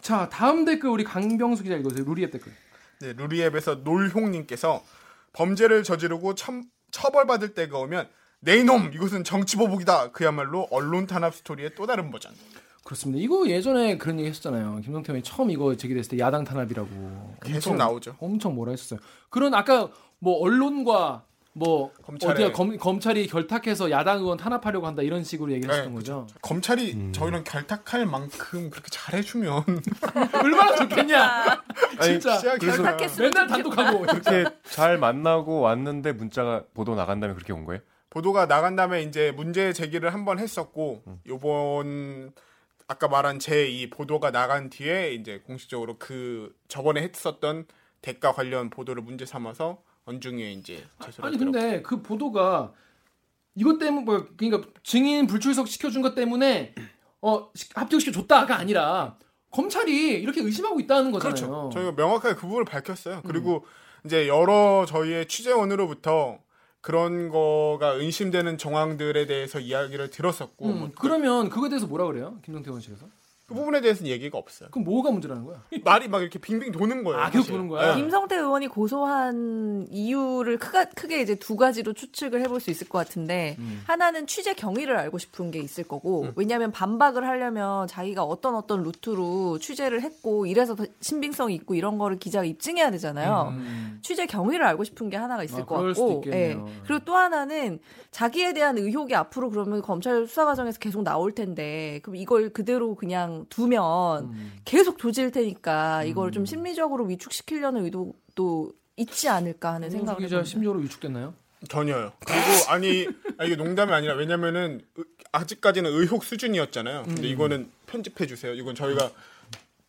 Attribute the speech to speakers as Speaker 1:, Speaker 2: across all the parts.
Speaker 1: 자 다음 댓글 우리 강병수 기자 읽어주세요. 루리앱 댓글.
Speaker 2: 네, 루리앱에서 놀홍님께서 범죄를 저지르고 첨- 처벌받을 때가 오면 네 이놈 이것은 정치보복이다 그야말로 언론 탄압 스토리의 또 다른 버전
Speaker 1: 그렇습니다. 이거 예전에 그런 얘기 했었잖아요. 김성태 의원이 처음 이거 제기됐을 때 야당 탄압이라고
Speaker 2: 계속
Speaker 1: 엄청-
Speaker 2: 나오죠
Speaker 1: 엄청 뭐라 했었어요. 그런 아까 뭐 언론과 뭐
Speaker 2: 검찰에-
Speaker 1: 어디가 검, 검찰이 결탁해서 야당 의원 탄압하려고 한다 이런 식으로 얘기를
Speaker 2: 네,
Speaker 1: 했었던 거죠.
Speaker 2: 검찰이
Speaker 1: 음.
Speaker 2: 저희랑 결탁할 만큼 그렇게 잘해주면
Speaker 1: 얼마나 좋겠냐. 진짜.
Speaker 2: 시작이
Speaker 3: 그래서-
Speaker 2: 아니라
Speaker 1: 맨날 단독하고
Speaker 3: 그렇게 잘 만나고 왔는데 문자가 보도 나간 다음에 그렇게 온 거예요?
Speaker 2: 보도가 나간 다음에 이제 문제 제기를 한번 했었고
Speaker 1: 음.
Speaker 2: 요번 아까 말한 제 이 보도가 나간 뒤에 이제 공식적으로 그 저번에 했었던 대가 관련 보도를 문제 삼아서 언중에 이제 제소를
Speaker 1: 아니
Speaker 2: 하더라고요.
Speaker 1: 근데 그 보도가 이것 때문에 뭐 그러니까 증인 불출석 시켜준 것 때문에 어 시- 합격시켜 줬다가 아니라 검찰이 이렇게 의심하고 있다는 거잖아요.
Speaker 2: 그렇죠. 저희가 명확하게 그 부분을 밝혔어요. 그리고 이제 여러 저희의 취재원으로부터 그런 거가 의심되는 정황들에 대해서 이야기를 들었었고
Speaker 1: 음,
Speaker 2: 뭐 그,
Speaker 1: 그러면 그거에 대해서 뭐라 그래요? 김성태 의원실에서?
Speaker 2: 그 부분에 대해서는 얘기가 없어요.
Speaker 1: 그럼 뭐가 문제라는 거야?
Speaker 2: 말이 막 이렇게 빙빙 도는 거예요.
Speaker 1: 아, 계속
Speaker 2: 사실. 네,
Speaker 1: 도는 거야?
Speaker 4: 김성태 어, 의원이 고소한 이유를 크가, 크게 이제 두 가지로 추측을 해볼 수 있을 것 같은데
Speaker 1: 음.
Speaker 4: 하나는 취재 경위를 알고 싶은 게 있을 거고 왜냐하면 반박을 하려면 자기가 어떤 어떤 루트로 취재를 했고 이래서 더 신빙성이 있고 이런 거를 기자가 입증해야 되잖아요. 취재 경위를 알고 싶은 게 하나가 있을
Speaker 1: 음, 아,
Speaker 4: 것
Speaker 1: 그럴 수도
Speaker 4: 같고, 예.
Speaker 1: 있겠네요.
Speaker 4: 그리고 또 하나는 자기에 대한 의혹이 앞으로 그러면 검찰 수사 과정에서 계속 나올 텐데, 그럼 이걸 그대로 그냥 두면 계속 조질 테니까 이걸 좀 심리적으로 위축시키려는 의도도 있지 않을까
Speaker 3: 음,
Speaker 4: 하는
Speaker 1: 김성태
Speaker 4: 생각을
Speaker 1: 기자
Speaker 4: 해봅니다.
Speaker 1: 심리적으로 위축됐나요?
Speaker 2: 전혀요. 그리고 아니 아, 이게 농담이 아니라 왜냐면은 의- 아직까지는 의혹
Speaker 1: 음.
Speaker 2: 수준이었잖아요. 근데 이거는 편집해 주세요. 이건 저희가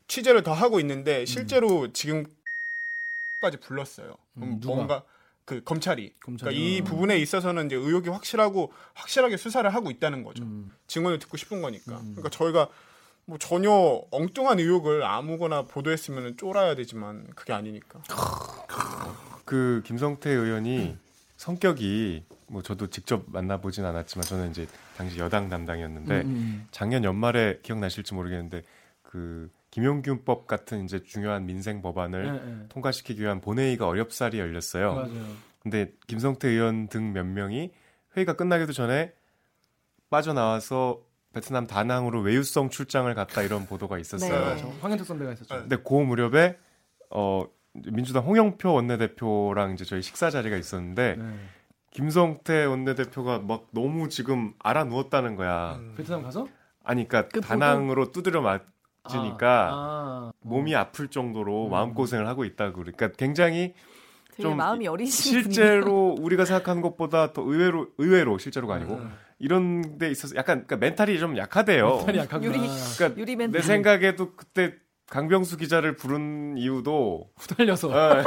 Speaker 2: 취재를 더 하고 있는데 실제로 지금까지 불렀어요. 그럼
Speaker 1: 음, 누가?
Speaker 2: 뭔가 그 검찰이
Speaker 1: 검찰이.
Speaker 2: 그러니까 이 부분에 있어서는 이제 의혹이 확실하고 확실하게 수사를 하고 있다는 거죠.
Speaker 1: 음.
Speaker 2: 증언을 듣고 싶은 거니까.
Speaker 3: 음.
Speaker 2: 그러니까 저희가 뭐 전혀 엉뚱한 의혹을 아무거나 보도했으면 쫄아야 되지만 그게 아니니까.
Speaker 3: 그 김성태 의원이 성격이 뭐 저도 직접 만나보진 않았지만 저는 이제 당시 여당 그러니까 담당이었는데
Speaker 1: 음.
Speaker 3: 작년 연말에 기억나실지 모르겠는데 그 김용균법 같은 이제 중요한 민생
Speaker 1: 예,
Speaker 3: 법안을
Speaker 1: 예.
Speaker 3: 통과시키기 위한 본회의가 어렵사리 열렸어요.
Speaker 1: 맞아요.
Speaker 3: 근데 김성태 의원 등 몇 명이 회의가 끝나기도 전에 빠져나와서 베트남 다낭으로 외유성 출장을 갔다 이런 보도가 있었어요.
Speaker 4: 네.
Speaker 1: 황현택 선배가 있었죠.
Speaker 3: 근데 그 무렵에 어 민주당 홍영표 원내대표랑 이제 저희 식사 자리가 있었는데
Speaker 1: 네.
Speaker 3: 김성태 원내대표가 막 너무 지금 알아 누웠다는 거야.
Speaker 1: 베트남 가서
Speaker 3: 아니 그러니까
Speaker 4: 그 보고-
Speaker 3: 다낭으로 두드려 맞으니까
Speaker 1: 아, 아.
Speaker 3: 몸이 아플 정도로 마음 고생을 하고 있다 고 그러니까 굉장히
Speaker 4: 되게
Speaker 3: 좀
Speaker 4: 마음이 여리신
Speaker 3: 실제로 우리가 생각하는 것보다 더 의외로 의외로 실제로가
Speaker 1: 네.
Speaker 3: 아니고
Speaker 1: 음.
Speaker 3: 이런 데 있어서 약간 그러니까 멘탈이 좀 약하대요.
Speaker 1: 살이 약하구나.
Speaker 4: 유리.
Speaker 3: 그러니까
Speaker 4: 유리 멘탈.
Speaker 3: 내 생각에도 그때 강병수 기자를 부른 이유도
Speaker 1: 후달려서.
Speaker 3: 예.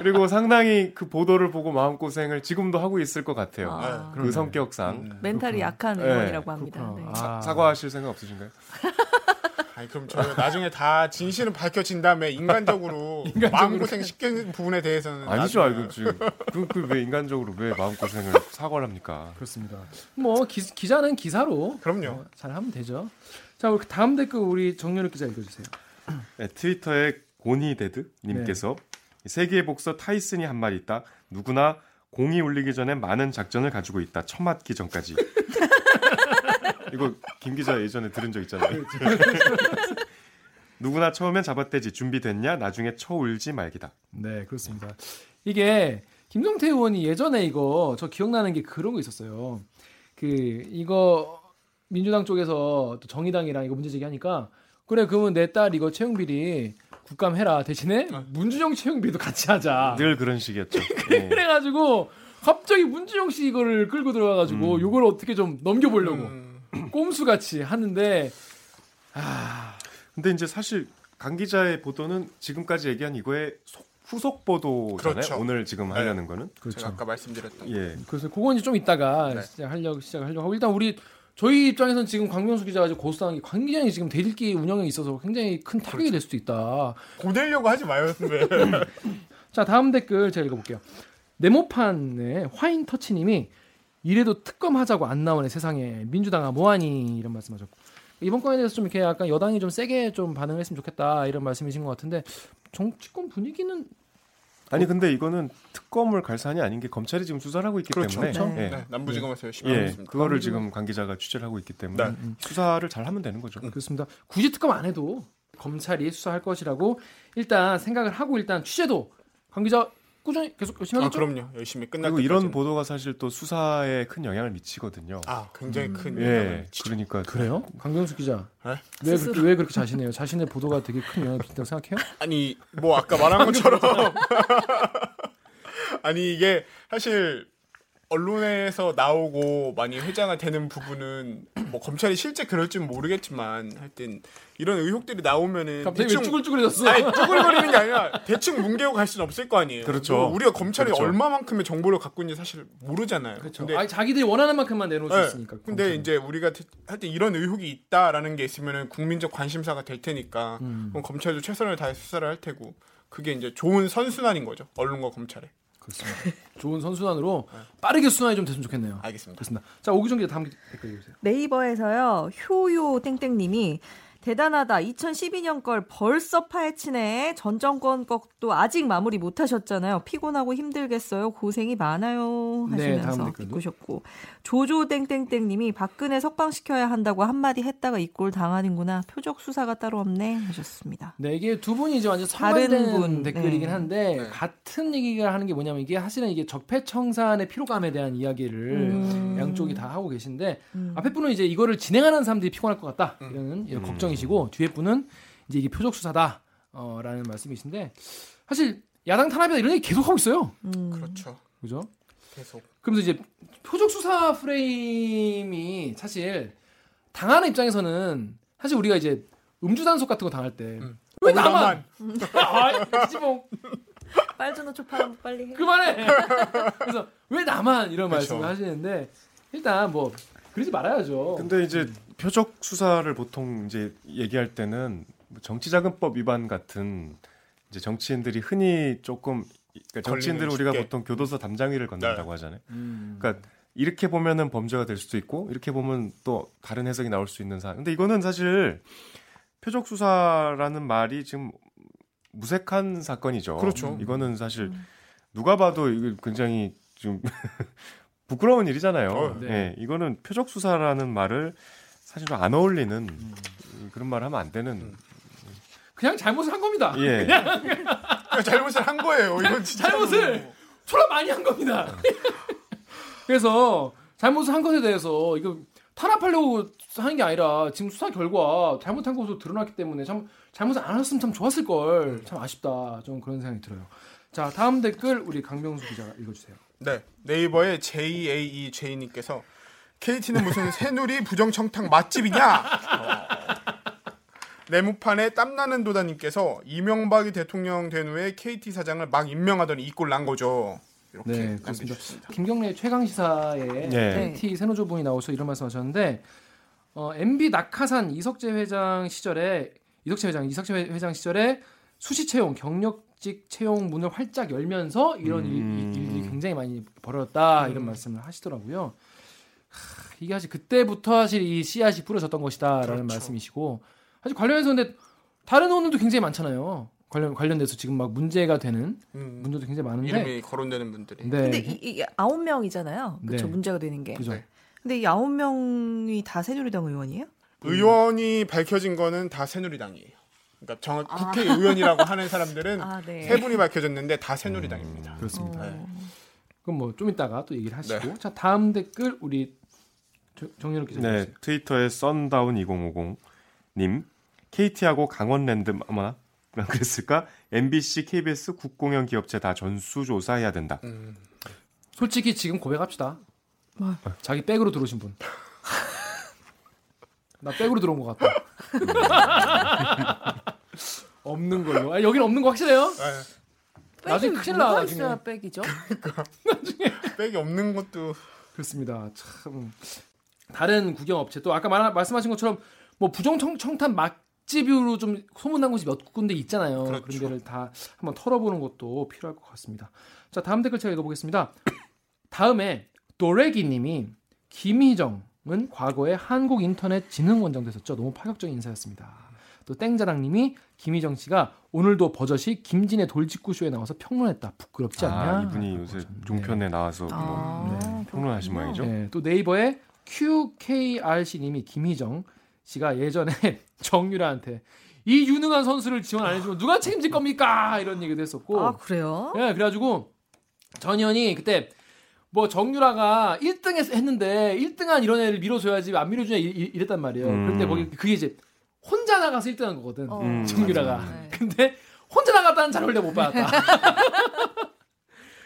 Speaker 3: 그리고 상당히 그 보도를 보고 마음 고생을 지금도 하고 있을 것 같아요.
Speaker 4: 아.
Speaker 3: 그
Speaker 2: 음.
Speaker 3: 성격상
Speaker 4: 멘탈이 약한
Speaker 3: 네,
Speaker 4: 의원이라고 합니다.
Speaker 1: 그렇구나.
Speaker 4: 네.
Speaker 1: 아.
Speaker 3: 사과하실 생각 없으신가요?
Speaker 2: 아니 그럼 저희가 나중에 다 진실은 밝혀진 다음에 인간적으로, 마음고생 시키는 부분에 대해서는
Speaker 3: 아니죠,
Speaker 2: 나중에
Speaker 3: 알겠지. 그왜 인간적으로 왜 마음 고생을 사과를 합니까?
Speaker 1: 그렇습니다. 뭐 기, 기자는 기사로
Speaker 2: 그럼요.
Speaker 3: 음,
Speaker 1: 어, 잘 하면 되죠. 자, 우리 다음 댓글 우리 정윤욱 기자 읽어주세요.
Speaker 3: 네, 트위터에 고니데드 님께서 세계의 복서 타이슨이 한 말이 있다. 누구나 공이 울리기 전에 많은 작전을 가지고 있다. 첫 맞기 전까지. 이거 김 기자 예전에 들은 적 있잖아요. 누구나 처음엔 잡아떼지 준비됐냐? 나중에 쳐 울지 말기다.
Speaker 1: 네, 그렇습니다. 이게 김성태 의원이 예전에 이거 저 기억나는 게 그런 거 있었어요. 그 이거 민주당 쪽에서 또 정의당이랑 이거 문제 제기하니까 그래 그러면 내 딸 이거 채용 비리 국감해라 대신에
Speaker 2: 네.
Speaker 1: 문준영 채용 비리도 같이 하자.
Speaker 3: 늘 그런 식이었죠. 예.
Speaker 1: 그래가지고 갑자기 문준영 씨 이거를 끌고
Speaker 2: 음.
Speaker 1: 들어와가지고 요걸 어떻게 좀 넘겨보려고 꼼수같이 하는데
Speaker 3: 근데 이제 사실 강 기자의 보도는 지금까지 얘기한 이거의 속- 후속 보도잖아요.
Speaker 2: 그렇죠.
Speaker 3: 오늘 지금 하려는 거는.
Speaker 2: 제가 아까 말씀드렸던
Speaker 3: 그렇죠. 예.
Speaker 1: 그래서 그건 이제 좀 이따가
Speaker 2: 네.
Speaker 1: 시작하려고 시작하려고 하고 일단 우리 저희 입장에서는 지금 광명수 기자가 지금 고소당한 게 굉장히 지금 대들기 운영에 있어서 굉장히 큰 타격이 될 수도 있다.
Speaker 2: 고내려고 하지 마요 선배.
Speaker 1: 자 다음 댓글 제가 읽어볼게요. 네모판에 화인 터치님이 이래도 특검하자고 안 나오네 세상에 민주당아 뭐하니 이런 말씀하셨고 이번 건에 대해서 좀 이렇게 약간 여당이 좀 세게 좀 반응을 했으면 좋겠다 이런 말씀이신 것 같은데 정치권 분위기는
Speaker 3: 아니 근데 이거는 특검을 갈 사안이 아닌 게 검찰이 지금 수사를 하고 있기 때문에
Speaker 4: 그렇죠.
Speaker 3: 예.
Speaker 2: 네, 남부지검에서 열심히 하고
Speaker 3: 예,
Speaker 2: 있습니다.
Speaker 3: 그거를 지금 관계자가 취재를 하고 있기 때문에
Speaker 2: 네.
Speaker 3: 수사를 잘 하면 되는 거죠.
Speaker 1: 음. 그렇습니다. 굳이 특검 안 해도 검찰이 수사할 것이라고 일단 생각을 하고 일단 취재도 관계자 꾸준히 계속 열심히
Speaker 2: 아,
Speaker 1: 하겠죠.
Speaker 2: 그럼요. 열심히 끝날
Speaker 3: 그렇죠. 그리고
Speaker 2: 때까지.
Speaker 3: 이런 보도가 사실 또 수사에 큰 영향을 미치거든요.
Speaker 2: 아, 굉장히 큰 영향을
Speaker 3: 예,
Speaker 2: 미치죠.
Speaker 3: 그러니까
Speaker 1: 그래요? 강경수 기자
Speaker 2: 네?
Speaker 1: 왜 그렇게, 왜 그렇게 자신해요? 자신의 보도가 되게 큰 영향을 미친다고 생각해요?
Speaker 2: 아니 뭐 아까 말한 것처럼 아니 이게 사실 언론에서 나오고 많이 회자가 되는 부분은 뭐 검찰이 실제 그럴지는 모르겠지만 하여튼 이런 의혹들이 나오면은
Speaker 1: 갑자기 왜 쭈글쭈글해졌어?
Speaker 2: 네, 아니 쭈글거리는 게 아니라 대충 뭉개고 갈 수는 없을 거 아니에요.
Speaker 3: 그렇죠.
Speaker 2: 뭐 우리가 검찰이
Speaker 3: 그렇죠.
Speaker 2: 얼마만큼의 정보를 갖고 있는지 사실 모르잖아요.
Speaker 1: 그렇죠.
Speaker 2: 근데
Speaker 1: 아니, 자기들이 원하는 만큼만 내놓을 수
Speaker 2: 네.
Speaker 1: 있으니까.
Speaker 2: 근데
Speaker 1: 검찰은.
Speaker 2: 이제 우리가 대- 하여튼 이런 의혹이 있다라는 게 있으면은 국민적 관심사가 될 테니까
Speaker 1: 음.
Speaker 2: 그럼 검찰도 최선을 다해 수사를 할 테고 그게 이제 좋은 선순환인 거죠 언론과 검찰에
Speaker 1: 그렇습니다. 좋은 선순환으로
Speaker 2: 네.
Speaker 1: 빠르게 순환이 좀 됐으면 좋겠네요.
Speaker 2: 알겠습니다.
Speaker 1: 그렇습니다. 자 오기정 기자 다음 댓글 읽으세요.
Speaker 4: 네이버에서요 효요 땡땡님이 대단하다 2012년 걸 벌써 파헤치네 전 정권 것도 아직 마무리 못하셨잖아요 피곤하고 힘들겠어요 고생이 많아요
Speaker 1: 네,
Speaker 4: 하시면서
Speaker 1: 다음 댓글도.
Speaker 4: 바꾸셨고 조조 땡땡땡님이 박근혜 석방시켜야 한다고 한마디 했다가 이꼴 당하는구나 표적 수사가 따로 없네 하셨습니다
Speaker 1: 네 이게 두 분이 이제 완전
Speaker 4: 다른
Speaker 1: 상반된
Speaker 4: 분,
Speaker 1: 댓글이긴
Speaker 4: 네.
Speaker 1: 한데 같은 얘기가 하는 게 뭐냐면 이게 사실은 이게 적폐청산의 피로감에 대한 이야기를
Speaker 4: 음.
Speaker 1: 네. 양쪽이 아, 다 하고 계신데
Speaker 4: 음.
Speaker 1: 앞에 분은 이제 이거를 진행하는 사람들이 피곤할 것 같다 이런 이런 걱정이시고 뒤에 분은 이제 이게 표적 수사다라는 말씀이신데 사실 야당 탄압이다 이런 얘기 계속 하고 있어요.
Speaker 4: 음.
Speaker 2: 그렇죠.
Speaker 1: 그죠?
Speaker 2: 계속
Speaker 1: 그러면서 이제 표적 수사 프레임이 사실 당하는 입장에서는 사실 우리가 이제 음주 단속 같은 거 당할 때 왜 나만? 아, 지봉
Speaker 4: 빨주노 초파랑 빨리 해
Speaker 1: 네. 그만해. 그래서 왜 나만 이런
Speaker 2: 그쵸.
Speaker 1: 말씀을 하시는데 일단 뭐 그러지
Speaker 2: 그렇죠.
Speaker 1: 말아야죠.
Speaker 3: 근데 이제 표적 수사를 보통 이제 얘기할 때는 뭐 정치자금법 위반 같은 이제 정치인들이 흔히 조금 그러니까 정치인들을
Speaker 2: 걸리면
Speaker 3: 우리가
Speaker 2: 쉽게. 네.
Speaker 3: 보통 교도소 담장위를 건넌다고 하잖아요.
Speaker 1: 음.
Speaker 3: 그러니까 이렇게 보면은 범죄가 될 수도 있고 이렇게 보면 또 다른 해석이 나올 수 있는 사안. 근데 이거는 사실 표적 수사라는 말이 지금 무색한 사건이죠.
Speaker 2: 그렇죠.
Speaker 3: 이거는 사실 누가 봐도 이거 굉장히 좀 부끄러운 일이잖아요.
Speaker 2: 어,
Speaker 1: 네.
Speaker 3: 예, 이거는 표적 수사라는 말을 사실은 안 어울리는
Speaker 2: 음.
Speaker 3: 그런 말 하면 안 되는.
Speaker 1: 그냥 잘못을 한 겁니다.
Speaker 2: 아,
Speaker 3: 예.
Speaker 2: 그러니까 잘못을 한 거예요. 이건 진짜
Speaker 1: 잘못을 초라 많이 한 겁니다. 그래서 잘못을 한 것에 대해서 이거 탄압하려고 하는 게 아니라 지금 수사 결과 잘못한 것으로 드러났기 때문에 참 잘못을 안 했으면 참 좋았을 걸 참 아쉽다 좀 그런 생각이 들어요. 자 다음 댓글 우리 강명수 기자 읽어주세요.
Speaker 2: 네 네이버의 JAE J님께서 KT는 무슨 새누리 부정청탁 맛집이냐? 레무판에 땀나는 도다님께서 이명박이 대통령 된 후에 KT 사장을 막 임명하더니 이 꼴 난 거죠. 이렇게
Speaker 1: 네, 그렇습니다.
Speaker 2: 남겨주셨습니다.
Speaker 1: 김경래 최강 시사에
Speaker 3: 네.
Speaker 1: T 세노조 분이 나오셔서 이런 말씀하셨는데 어, MB 낙하산 이석재 회장 시절에 이석재 회장 이석재 회- 회장 시절에 수시 채용 경력직 채용 문을 활짝 열면서 이런
Speaker 3: 음.
Speaker 1: 일, 들이 굉장히 많이
Speaker 2: 음.
Speaker 1: 벌어졌다 이런 말씀을 하시더라고요. 하, 이게 사실 그때부터 사실 이 씨앗이 뿌려졌던 것이다라는
Speaker 2: 그렇죠.
Speaker 1: 말씀이시고 사실 관련해서 근데 다른 언론도 굉장히 많잖아요. 관련 관련돼서 지금 막 문제가 되는
Speaker 2: 음,
Speaker 1: 문제도 굉장히 많은데
Speaker 2: 이름이 거론되는 분들이
Speaker 1: 네.
Speaker 4: 근데 이- 이게 아홉 명이잖아요 그렇죠
Speaker 1: 네.
Speaker 4: 문제가 되는 게
Speaker 1: 그죠.
Speaker 2: 네.
Speaker 4: 근데 이 아홉 명이 다 새누리당 의원이에요?
Speaker 2: 의원이 밝혀진 거는 다 새누리당이에요. 그러니까 정확 국회의원이라고 하는 사람들은
Speaker 4: 아, 네.
Speaker 2: 세 분이 밝혀졌는데 다 새누리당입니다.
Speaker 1: 음, 그렇습니다.
Speaker 2: 네.
Speaker 1: 그럼 뭐 좀 이따가 또 얘기를 하시고 자 다음 댓글 우리 정- 정연욱 기자
Speaker 3: 네, 트위터에 썬다운 2050 님, KT하고 강원랜드 아마 그랬을까? MBC, KBS 국공연 기업체 다 전수 조사해야 된다.
Speaker 1: 음, 솔직히 지금 고백합시다.
Speaker 4: 뭐?
Speaker 1: 자기 백으로 들어오신 분. 나 백으로 들어온 것 같다. 없는 걸로. 아 여기는 없는 거 확실해요?
Speaker 2: 네.
Speaker 1: 나중에
Speaker 4: 백이
Speaker 1: 큰일 나,
Speaker 4: 뭐가
Speaker 1: 나중에.
Speaker 4: 있어야 백이죠?
Speaker 2: 백이 없는 것도
Speaker 1: 그렇습니다. 참 다른 구경 업체 또 아까 말, 말씀하신 것처럼 뭐 부정 청- 청탄 맛집으로 좀 소문난 곳이 몇 군데 있잖아요. 그런
Speaker 2: 그렇죠.
Speaker 1: 데를 다 한번 털어보는 것도 필요할 것 같습니다. 자 다음 댓글 제가 읽어보겠습니다. 다음에 도레기님이 김희정 은 과거에 한국인터넷진흥원장도 했었죠. 너무 파격적인 인사였습니다. 또 땡자랑님이 김희정 씨가 오늘도 버젓이 김진의 돌직구 쇼에 나와서 평론했다. 부끄럽지 않냐?
Speaker 3: 아, 이분이 요새
Speaker 1: 네.
Speaker 3: 종편에 나와서 뭐
Speaker 4: 아,
Speaker 1: 네.
Speaker 3: 평론하신
Speaker 4: 그렇군요.
Speaker 3: 모양이죠?
Speaker 1: 네, 또 네이버에 QKRC님이 김희정 씨가 예전에 정유라한테 이 유능한 선수를 지원 안 해주면 누가 책임질 겁니까? 이런 얘기도 했었고.
Speaker 4: 아 그래요?
Speaker 1: 예, 그래가지고 전현이 그때 뭐 정유라가 1등 했는데 1등한 이런 애를 밀어줘야지 안 밀어주냐 이- 이- 이랬단 말이에요.
Speaker 3: 음.
Speaker 1: 그런데 거기 그게 이제 혼자 나가서 1등한 거거든.
Speaker 4: 어.
Speaker 3: 음,
Speaker 1: 정유라가.
Speaker 4: 맞아. 네.
Speaker 1: 근데 혼자 나갔다는 자료를 내가 못 받았다.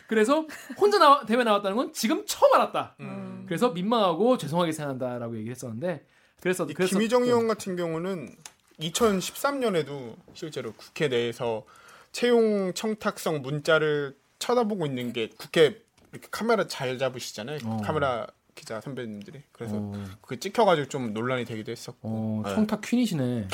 Speaker 1: 그래서 혼자 나와, 대회 나왔다는 건 지금 처음 알았다.
Speaker 2: 음.
Speaker 1: 그래서 민망하고 죄송하게 생각한다라고 얘기했었는데 그래서
Speaker 2: 이
Speaker 1: 그래서 어,
Speaker 2: 김희정 의원 같은 경우는 2013년에도 실제로 국회 내에서 채용 청탁성 문자를 쳐다보고 있는 게 국회 이렇게 카메라 잘 잡으시잖아요.
Speaker 1: 어.
Speaker 2: 카메라 기자 선배님들이. 그래서
Speaker 1: 어,
Speaker 2: 그게 찍혀가지고 좀 논란이 되기도 했었고.
Speaker 1: 어,
Speaker 2: 네.
Speaker 1: 청탁 퀸이시네.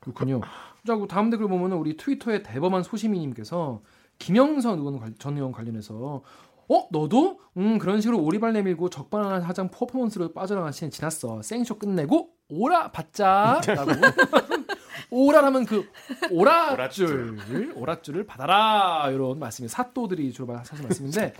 Speaker 1: 그렇군요. 자, 그 다음 댓글 보면은 우리 트위터의 대범한 소시민님께서 김영선 의원 관- 전 의원 관련해서 어 너도 음 그런 식으로 오리발 내밀고 적반하장 하장 퍼포먼스로 빠져나간 시는 지났어 생쇼 끝내고 오라 받자라고 오라라면 그 오라줄 오라줄을 받아라 이런 말씀이 사또들이 주로 하시는 말씀인데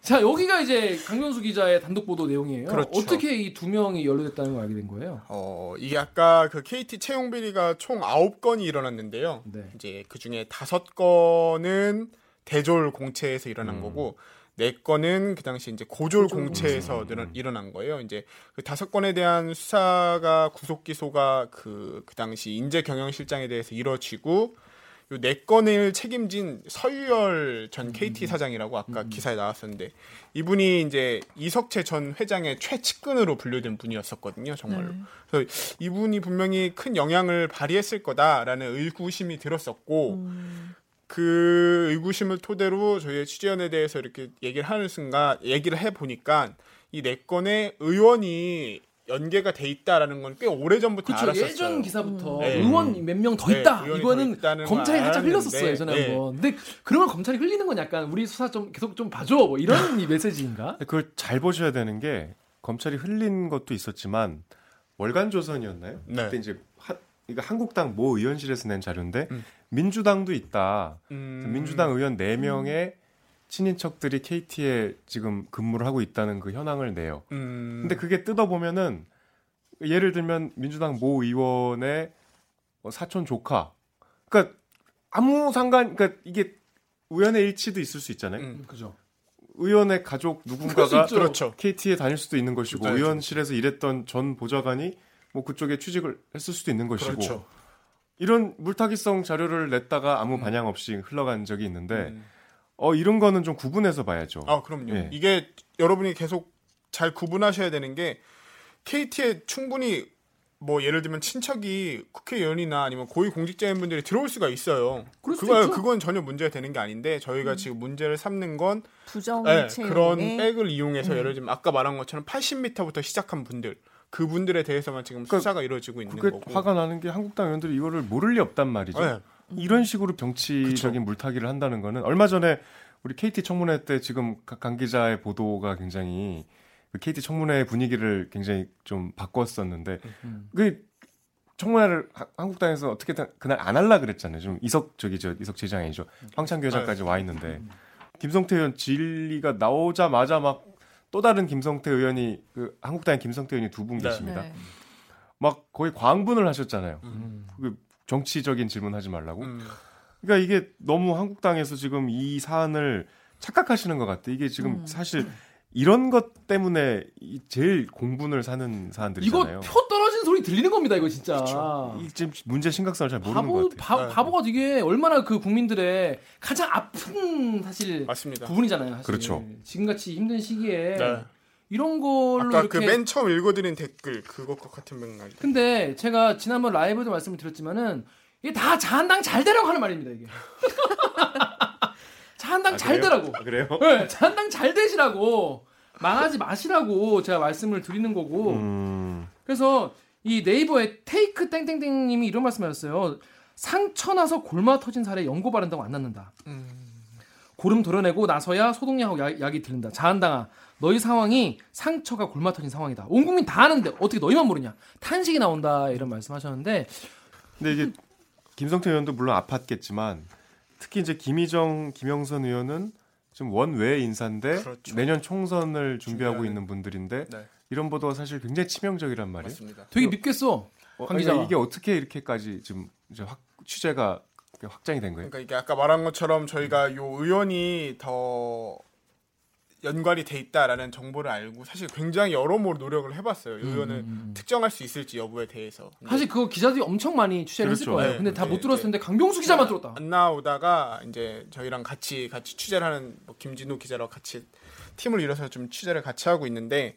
Speaker 1: 자 여기가 이제 강명수 기자의 단독 보도 내용이에요.
Speaker 2: 그렇죠.
Speaker 1: 어떻게 이 두 명이 연루됐다는 걸 알게 된 거예요?
Speaker 2: 어, 이게 아까 그 KT 채용 비리가 총 9건이 일어났는데요.
Speaker 1: 네.
Speaker 2: 이제 그 중에 다섯 건은 대졸 공채에서 일어난 거고 네 건은 그 당시 이제 고졸 공채에서 음. 일어- 일어난 거예요. 이제 그 다섯 건에 대한 수사가 구속 기소가 그, 그 당시 인재 경영실장에 대해서 이뤄지고 요 네 건을 책임진 서유열 전 KT 사장이라고 아까 기사에 나왔었는데 이분이 이제 이석채 전 회장의 최측근으로 분류된 분이었었거든요, 정말로. 그래서 이분이 분명히 큰 영향을 발휘했을 거다라는 의구심이 들었었고
Speaker 4: 네.
Speaker 2: 그 의구심을 토대로 저희의 취재원에 대해서 이렇게 얘기를 하는 순간 얘기를 해 보니까 이 네 건의 의원이 연계가 돼 있다라는 건 꽤 오래 전부터
Speaker 1: 그렇죠.
Speaker 2: 알았었어요.
Speaker 1: 예전 기사부터
Speaker 2: 음. 네.
Speaker 1: 의원 몇 명 더
Speaker 2: 네,
Speaker 1: 있다.
Speaker 2: 의원이 더
Speaker 1: 이거는
Speaker 2: 있다는
Speaker 1: 검찰이
Speaker 2: 걸
Speaker 1: 살짝
Speaker 2: 알았는데,
Speaker 1: 흘렸었어요 예전에
Speaker 2: 네.
Speaker 1: 한번. 근데 그런 걸 검찰이 흘리는 건 약간 우리 수사 좀 계속 좀 봐줘 뭐 이런 이 메시지인가?
Speaker 3: 근데 그걸 잘 보셔야 되는 게 검찰이 흘린 것도 있었지만 월간 조선이었나요?
Speaker 2: 네.
Speaker 3: 그때 이제 하, 이거 한국당 모 의원실에서 낸 자료인데
Speaker 2: 음.
Speaker 3: 민주당도 있다.
Speaker 2: 음.
Speaker 3: 민주당 의원 4명의 친인척들이 KT에 지금 근무를 하고 있다는 그 현황을 내요.
Speaker 2: 음.
Speaker 3: 근데 그게 뜯어보면은 예를 들면 민주당 모 의원의 어, 사촌 조카. 그러니까 아무 상관 그러니까 이게 우연의 일치도 있을 수 있잖아요.
Speaker 2: 음.
Speaker 1: 그죠.
Speaker 3: 의원의 가족
Speaker 1: 그럴 수
Speaker 3: 누군가가
Speaker 1: 있죠.
Speaker 2: 그렇죠.
Speaker 3: KT에 다닐 수도 있는 것이고
Speaker 2: 그렇죠.
Speaker 3: 의원실에서 일했던 전 보좌관이 뭐 그쪽에 취직을 했을 수도 있는 것이고
Speaker 2: 그렇죠.
Speaker 3: 이런 물타기성 자료를 냈다가 아무 반향 없이 흘러간 적이 있는데
Speaker 2: 음.
Speaker 3: 어 이런 거는 좀 구분해서 봐야죠.
Speaker 2: 아, 그럼요.
Speaker 3: 예.
Speaker 2: 이게 여러분이 계속 잘 구분하셔야 되는 게 KT에 충분히 뭐 예를 들면 친척이 국회의원이나 아니면 고위공직자인 분들이 들어올 수가 있어요.
Speaker 1: 그럴 수도
Speaker 2: 그거
Speaker 1: 있죠. 음.
Speaker 2: 그건 전혀 문제가 되는 게 아닌데 저희가 지금 문제를 삼는 건
Speaker 1: 어,
Speaker 4: 부정
Speaker 2: 예,
Speaker 5: 네,
Speaker 4: 채용에 네.
Speaker 2: 그런
Speaker 1: 네.
Speaker 2: 백을 이용해서
Speaker 1: 음.
Speaker 2: 예를 들면 아까 말한 것처럼 80m부터 시작한 분들 그분들에 대해서만 지금
Speaker 3: 그러니까
Speaker 2: 수사가 이루어지고 있는
Speaker 3: 그게
Speaker 2: 거고.
Speaker 3: 화가 나는 게 한국당 의원들이 이거를 모를 리 없단 말이죠.
Speaker 2: 예.
Speaker 3: 이런 식으로 정치적인 물타기를 한다는 거는 얼마 전에 우리 KT 청문회 때 지금 가- 강 기자의 보도가 굉장히 그 KT 청문회 분위기를 굉장히 좀 바꿨었는데
Speaker 1: 음.
Speaker 3: 그 청문회를 하- 한국당에서 어떻게든 그날 안 할라 그랬잖아요. 좀 이석 저기죠 이석 재장이죠 황창규 회장까지 와 있는데 김성태 의원 진리가 나오자마자 막 또 다른 김성태 의원이 그 한국당의 김성태 의원이 두 분
Speaker 2: 네.
Speaker 3: 계십니다.
Speaker 4: 네.
Speaker 3: 막 거의 광분을 하셨잖아요.
Speaker 1: 음.
Speaker 3: 그 정치적인 질문하지 말라고.
Speaker 2: 음.
Speaker 3: 그러니까 이게 너무 한국당에서 지금 이 사안을 착각하시는 것 같아. 이게 지금
Speaker 4: 음.
Speaker 3: 사실 이런 것 때문에 이 제일 공분을 사는
Speaker 1: 이거
Speaker 3: 사안들이잖아요.
Speaker 1: 표 떨어진 소리 들리는 겁니다. 이거 진짜.
Speaker 3: 이 지금 문제 심각성을 잘 모르는
Speaker 1: 바보
Speaker 3: 것 같아요. 네.
Speaker 1: 바, 바보가 되게 얼마나 그 국민들의 가장 아픈 사실
Speaker 2: 맞습니다.
Speaker 1: 부분이잖아요. 사실.
Speaker 3: 그렇죠.
Speaker 1: 지금같이 힘든 시기에
Speaker 2: 네.
Speaker 1: 이런 걸로
Speaker 2: 아까
Speaker 1: 이렇게
Speaker 2: 그 맨 처음 읽어드린 댓글 그것과 같은 맥락.
Speaker 1: 근데 제가 지난번 라이브에도 말씀을 드렸지만은 이게 다 자한당 잘 되라고 하는 말입니다 이게. 자한당 잘 되라고.
Speaker 3: 아, 그래요?
Speaker 1: 네, 자한당 잘 되시라고 망하지 마시라고 제가 말씀을 드리는 거고.
Speaker 3: 음,
Speaker 1: 그래서 이 네이버에 테이크 땡땡땡님이 이런 말씀하셨어요. 상처 나서 골마 터진 살에 연고
Speaker 3: 음.
Speaker 1: 바른다고 안 낫는다. 고름 도려내고 나서야 소독약하고 약, 이 들른다. 자한당아, 너희 상황이 상처가 골마 터진 상황이다. 온 국민 다 아는데 어떻게 너희만 모르냐? 탄식이 나온다 이런 말씀하셨는데
Speaker 3: 근데 이게 김성태 의원도 물론 아팠겠지만 특히 이제 김희정, 김영선 의원은 지금 원외 인사인데
Speaker 2: 그렇죠.
Speaker 3: 내년 총선을 준비하고
Speaker 2: 준비하는-
Speaker 3: 있는 분들인데
Speaker 2: 네.
Speaker 3: 이런 보도가 사실 굉장히 치명적이란 말이에요.
Speaker 2: 맞습니다.
Speaker 1: 되게 밉겠어.
Speaker 3: 어,
Speaker 1: 관 기자가.
Speaker 3: 그러니까 이게 어떻게 이렇게까지 지금 이제 확 취재가 확장이 된 거예요?
Speaker 2: 그러니까 이게 아까 말한 것처럼 저희가 요 의원이 더 연관이 돼 있다라는 정보를 알고 사실 굉장히 여러모로 노력을 해봤어요. 이 의원을 특정할 수 있을지 여부에 대해서. 근데
Speaker 1: 사실 그거 기자들이 엄청 많이 취재를 했을
Speaker 3: 그렇죠.
Speaker 1: 거예요.
Speaker 2: 네,
Speaker 1: 근데 다
Speaker 2: 그게
Speaker 1: 못 들었는데 강병수 기자만
Speaker 3: 아,
Speaker 1: 들었다.
Speaker 2: 안 나오다가 이제 저희랑 같이 같이 취재를 하는 뭐 김진우 기자랑 같이 팀을 이뤄서 좀 취재를 같이 하고 있는데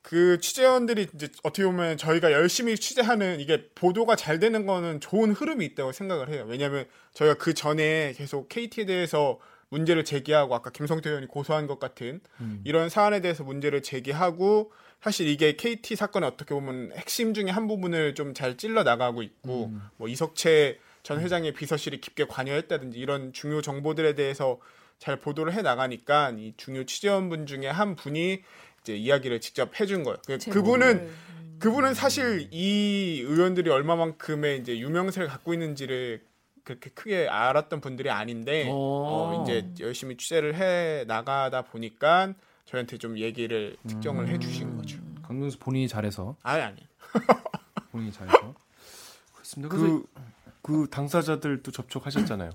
Speaker 2: 그 취재원들이 이제 어떻게 보면 저희가 열심히 취재하는 이게 보도가 잘 되는 거는 좋은 흐름이 있다고 생각을 해요. 왜냐하면 저희가 그 전에 계속 KT에 대해서 문제를 제기하고 아까 김성태 의원이 고소한 것 같은 이런 사안에 대해서 문제를 제기하고 사실 이게 KT 사건의 어떻게 보면 핵심 중에 한 부분을 좀 잘 찔러 나가고 있고 뭐 이석채 전 회장의 비서실이 깊게 관여했다든지 이런 중요 정보들에 대해서 잘 보도를 해 나가니까 이 중요 취재원분 중에 한 분이 이제 이야기를 직접 해준 거예요. 그-
Speaker 4: 네.
Speaker 2: 그분은 그분은 사실 이 의원들이 얼마만큼의 이제 유명세를 갖고 있는지를 그렇게 크게 알았던 분들이
Speaker 3: 네.
Speaker 2: 아닌데
Speaker 1: 어.
Speaker 2: 어, 이제 열심히 취재를 해 나가다 보니까 저희한테 좀 얘기를
Speaker 1: 음.
Speaker 2: 특정을 해주신 거죠.
Speaker 1: 강병수 본인이 잘해서
Speaker 2: 아니 아니.
Speaker 1: 본인이 잘해서 그렇습니다. 그래서
Speaker 3: 그, 그 당사자들도 접촉하셨잖아요.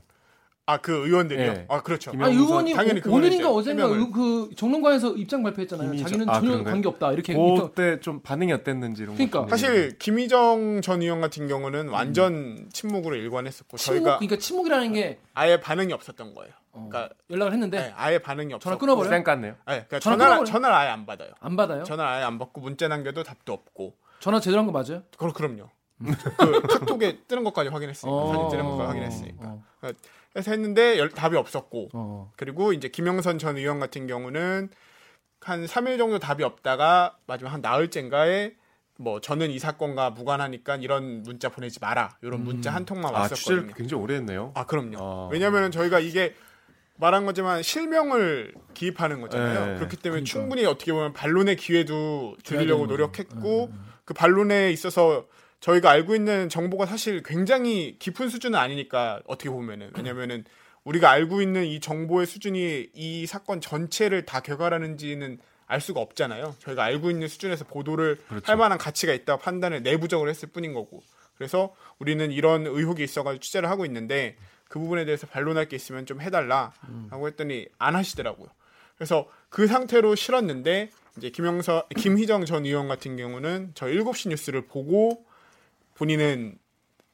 Speaker 2: 아 그 의원들이요.
Speaker 3: 예.
Speaker 2: 아 그렇죠.
Speaker 1: 아,
Speaker 3: 김영선-
Speaker 1: 의원이
Speaker 2: 당연히
Speaker 1: 오-
Speaker 2: 그거는
Speaker 1: 오늘인가
Speaker 2: 이제
Speaker 1: 어젠가
Speaker 2: 해명을.
Speaker 1: 의- 그 정론관에서 입장 발표했잖아요.
Speaker 3: 김희정-
Speaker 1: 자기는
Speaker 3: 아,
Speaker 1: 전혀
Speaker 3: 그런가요?
Speaker 1: 관계 없다 이렇게 입장-
Speaker 3: 그때 좀 반응이 어땠는지 이런
Speaker 1: 그러니까.
Speaker 3: 것
Speaker 2: 아, 사실 김희정 전 의원 같은 경우는 완전 침묵으로 일관했었고
Speaker 1: 침묵
Speaker 2: 저희가
Speaker 1: 그러니까 침묵이라는 게 어,
Speaker 2: 아예 반응이 없었던 거예요. 그러니까
Speaker 1: 연락을 했는데
Speaker 2: 네, 아예 반응이 없었고
Speaker 1: 전화 끊어버려요?
Speaker 3: 쌩 깠네요.
Speaker 2: 네, 그러니까
Speaker 1: 전화
Speaker 2: 전화
Speaker 1: 끊어버려요? 네.
Speaker 2: 전화를 아예 안 받아요.
Speaker 1: 안 받아요?
Speaker 2: 전화 아예 안 받고 문자 남겨도 답도 없고.
Speaker 1: 전화 제대로 한 거 맞아요?
Speaker 2: 그럼 그럼요. 그 카톡에 뜨는 것까지 확인했으니까
Speaker 1: 음. 어.
Speaker 2: 네, 그 사진 뜨는 것까지
Speaker 1: 어.
Speaker 2: 확인했으니까.
Speaker 1: 어.
Speaker 2: 그래서 했는데 열- 답이 없었고.
Speaker 1: 어.
Speaker 2: 그리고 이제 김영선 전 의원 같은 경우는 한 3일 정도 답이 없다가 마지막 한 나흘째인가에 뭐 저는 이 사건과 무관하니까 이런 문자 보내지 마라. 이런
Speaker 1: 음.
Speaker 2: 문자 한 통만
Speaker 3: 아, 취재를
Speaker 2: 왔었거든요.
Speaker 3: 굉장히 오래 했네요.
Speaker 2: 아, 그럼요.
Speaker 3: 어.
Speaker 2: 왜냐면은 저희가 이게 말한 거지만 실명을 기입하는 거잖아요.
Speaker 3: 예.
Speaker 2: 그렇기 때문에
Speaker 1: 그러니까.
Speaker 2: 충분히 어떻게 보면 반론의 기회도
Speaker 1: 줘야 네.
Speaker 2: 드리려고
Speaker 1: 되는
Speaker 2: 노력했고 그 반론에 있어서 저희가 알고 있는 정보가 사실 굉장히 깊은 수준은 아니니까 어떻게 보면은 왜냐면은 우리가 알고 있는 이 정보의 수준이 이 사건 전체를 다 결과라는지는 알 수가 없잖아요. 저희가 알고 있는 수준에서 보도를 할 만한 가치가 있다 고 판단을 내부적으로 했을 뿐인 거고. 그래서 우리는 이런 의혹이 있어가지고 취재를 하고 있는데 그 부분에 대해서 반론할 게 있으면 좀 해달라 라고 했더니 안 하시더라고요. 그래서 그 상태로 실었는데 이제 김영서 김희정 전 의원 같은 경우는 저 7시 뉴스를 보고 본인은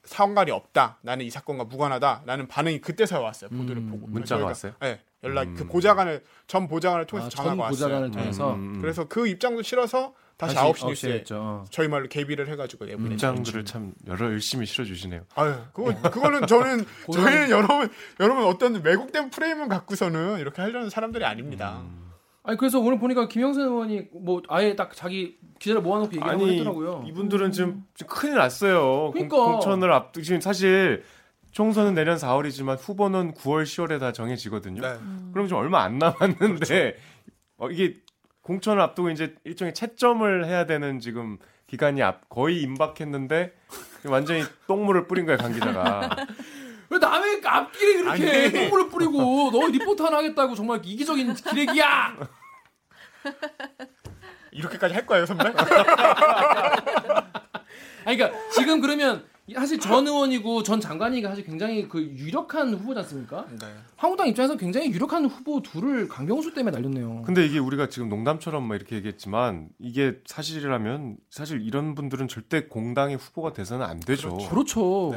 Speaker 2: 상관이 없다. 나는 이 사건과 무관하다. 라는 반응이 그때서야 왔어요. 보도를 보고.
Speaker 3: 음, 문자가
Speaker 2: 저희가-
Speaker 3: 왔어요?
Speaker 2: 네. 연락 그 보좌관을 전 보좌관을 통해서
Speaker 1: 아, 전
Speaker 2: 전화가
Speaker 1: 보좌관을
Speaker 2: 왔어요. 예.
Speaker 1: 통해서
Speaker 3: 음,
Speaker 2: 그래서 그 입장도 실어서 다시,
Speaker 1: 아홉
Speaker 2: 9시 뉴스에
Speaker 1: 했죠. 어.
Speaker 2: 저희 말로 개비를 해가지고 내보냈죠.
Speaker 3: 문장들을 참 여러 열심히 실어주시네요.
Speaker 2: 아유, 그거 그거는 저는 저희는 여러분 여러분 어떤 왜곡된 프레임을 갖고서는 이렇게 하려는 사람들이 아닙니다.
Speaker 3: 음.
Speaker 1: 아니 그래서 오늘 보니까 김영선 의원이 뭐 아예 딱 자기 기자를 모아놓고 얘기하고 했더라고요.
Speaker 3: 이분들은 지금, 지금 큰일 났어요.
Speaker 1: 그러니까.
Speaker 3: 공, 공천을 앞두고 지금 사실 총선은 내년 4월이지만 후보는 9월 10월에 다 정해지거든요.
Speaker 2: 네.
Speaker 3: 그럼 지금 얼마 안 남았는데
Speaker 4: 그렇죠.
Speaker 3: 어, 이게 공천을 앞두고 이제 일종의 채점을 해야 되는 지금 기간이 앞, 거의 임박했는데 완전히 똥물을 뿌린 거예요, 강 기자가.
Speaker 1: 왜 남의 앞길에
Speaker 2: 아니.
Speaker 1: 이렇게 똥물을 뿌리고 너 리포트 하나 하겠다고 정말 이기적인 기레기야.
Speaker 2: 이렇게까지 할 거예요, 선배?
Speaker 3: 네.
Speaker 1: 아니 그러니까 지금 그러면 사실 전 의원이고 전 장관이가 사실 굉장히 그 유력한 후보지 않습니까?
Speaker 2: 네.
Speaker 1: 한국당 입장에서 굉장히 유력한 후보 둘을 강병수 때문에 날렸네요.
Speaker 3: 근데 이게 우리가 지금 농담처럼 막 이렇게 얘기했지만 이게 사실이라면 사실 이런 분들은 절대 공당의 후보가 돼서는 안 되죠.
Speaker 1: 그렇죠.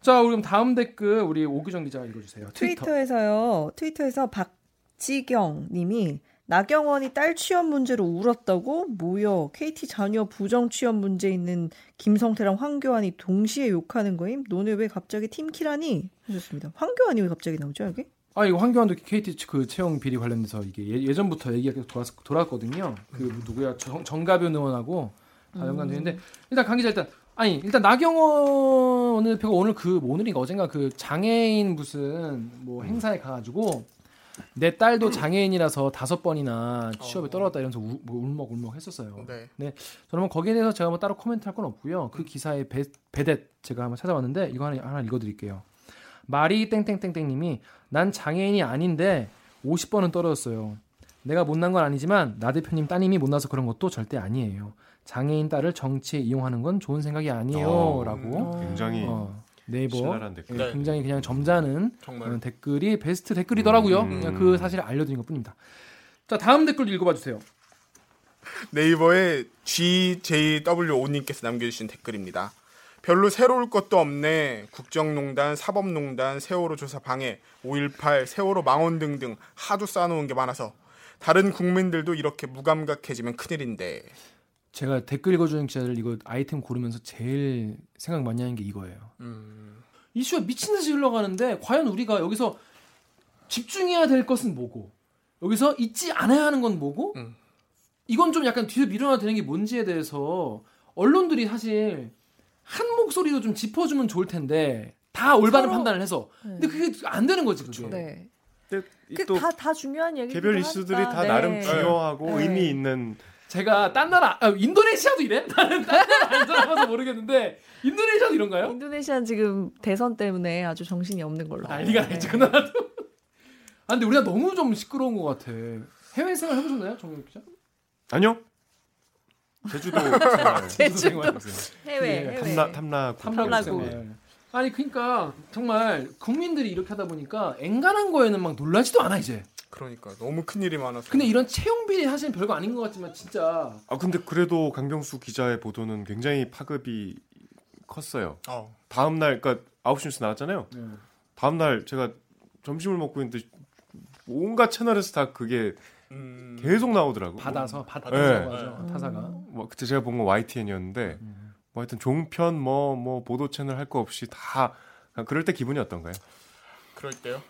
Speaker 1: 자, 우리 그럼 다음 댓글 우리 오규정 기자 읽어주세요. 트위터.
Speaker 5: 트위터에서요. 트위터에서 박지경 님이 나경원이 딸 취업 문제로 울었다고 뭐여 KT 자녀 부정 취업 문제 있는 김성태랑 황교안이 동시에 욕하는 거임 너네 왜 갑자기 팀키라니 하셨습니다. 황교안이 왜 갑자기 나오죠 여기?
Speaker 4: 네.
Speaker 1: 아 이거 황교안도 KT 그 채용 비리 관련돼서 이게 예, 전부터 얘기가 계속 돌았, 돌았거든요. 그 누구야 정, 정가변 의원하고 다 연관되는데 일단 강 기자 일단 아니 일단 나경원 대표가 오늘 그 오늘인가 어젠가 그 장애인 무슨 뭐 행사에 가가지고 내 딸도 장애인이라서 다섯 번이나 취업에 떨어졌다 이러면서 우, 뭐 울먹울먹 했었어요.
Speaker 2: 네.
Speaker 1: 저는 뭐 거기에 대해서 제가 뭐 따로 코멘트할 건 없고요. 그 기사의 배, 배댓 제가 한번 찾아봤는데 이거 하나, 하나 읽어드릴게요. 마리 땡땡땡땡님이 난 장애인이 아닌데 50번은 떨어졌어요. 내가 못난 건 아니지만 나 대표님 따님이 못나서 그런 것도 절대 아니에요. 장애인 딸을 정치에 이용하는 건 좋은 생각이
Speaker 3: 어.
Speaker 1: 아니에요라고
Speaker 3: 굉장히
Speaker 1: 어,
Speaker 4: 뭐?
Speaker 1: 네이버 예,
Speaker 3: 신랄한 댓글.
Speaker 2: 네.
Speaker 1: 굉장히 그냥 점잖은
Speaker 2: 정말
Speaker 1: 그런 댓글이 베스트 댓글이더라고요.
Speaker 3: 음.
Speaker 1: 그냥 그 사실을 알려드린 것 뿐입니다. 자 다음 댓글도 읽어봐 주세요.
Speaker 2: 네이버에 GJW5님께서 남겨주신 댓글입니다. 별로 새로울 것도 없네. 국정농단, 사법농단, 세월호 조사 방해, 5.18, 세월호 망원 등등 하도 쌓아놓은 게 많아서 다른 국민들도 이렇게 무감각해지면 큰일인데.
Speaker 1: 제가 댓글 읽어주는 기자들 이거 아이템 고르면서 제일 생각 많이 하는 게 이거예요. 음. 이슈가 미친 듯이 흘러가는데 과연 우리가 여기서 집중해야 될 것은 뭐고 여기서 잊지 않아야 하는 건 뭐고
Speaker 2: 음.
Speaker 1: 이건 좀 약간 뒤로 밀어놔야 되는 게 뭔지에 대해서 언론들이 사실 한 목소리로 좀 짚어주면 좋을 텐데 다 올바른
Speaker 4: 서로- 음.
Speaker 1: 판단을 해서 근데 그게 안 되는 거지 그게
Speaker 4: 네.
Speaker 3: 근데 이또
Speaker 4: 그다다 중요한 네. 얘기.
Speaker 3: 개별 이슈들이 다 나름 중요하고
Speaker 4: 네.
Speaker 3: 의미 있는
Speaker 1: 제가 딴 나라 아, 인도네시아도 이래? 나는 딴 나라 안 살아봐서 모르겠는데 인도네시아도 이런가요?
Speaker 4: 인도네시아는 지금 대선 때문에 아주 정신이 없는 걸로.
Speaker 1: 난리가
Speaker 2: 네.
Speaker 4: 알고
Speaker 1: 나지
Speaker 4: 있어요.
Speaker 1: 그 나라도. 아 근데 우리가 너무 좀 시끄러운 것 같아. 해외 생활 해보셨나요, 정민 기자?
Speaker 3: 아니요. 제주도
Speaker 1: 생활.
Speaker 4: 제주도. 해외.
Speaker 1: 예,
Speaker 4: 해외.
Speaker 3: 탐라 탐라
Speaker 1: 탐라국
Speaker 4: 탐라국.
Speaker 1: 생활. 네. 아니 그러니까 정말 국민들이 이렇게 하다 보니까 엔간한 거에는 막 놀라지도 않아 이제.
Speaker 2: 그러니까 너무 큰일이 많아서.
Speaker 1: 근데 이런 채용 비리 사실 별거 아닌 것 같지만 진짜
Speaker 3: 아 근데 그래도 강병수 기자의 보도는 굉장히 파급이 컸어요.
Speaker 2: 어.
Speaker 3: 다음 날 그러니까 9시 뉴스 나왔잖아요.
Speaker 1: 네.
Speaker 3: 다음 날 제가 점심을 먹고 있는데 온갖 채널에서 다 그게
Speaker 2: 음.
Speaker 3: 계속 나오더라고.
Speaker 1: 받아서 받아서
Speaker 3: 예.
Speaker 2: 네.
Speaker 1: 하죠 타사가.
Speaker 3: 뭐 그때 제가 본 건 YTN이었는데
Speaker 1: 음.
Speaker 3: 뭐 하여튼 종편 뭐 뭐 보도 채널 할 거 없이 다 그냥 그럴 때 기분이 어떤가요?
Speaker 2: 그럴 때요.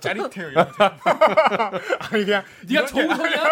Speaker 2: 짜릿해요. 이런 게. 아니 그냥
Speaker 1: 네가
Speaker 2: 이런 게-
Speaker 1: 좋은 거냐?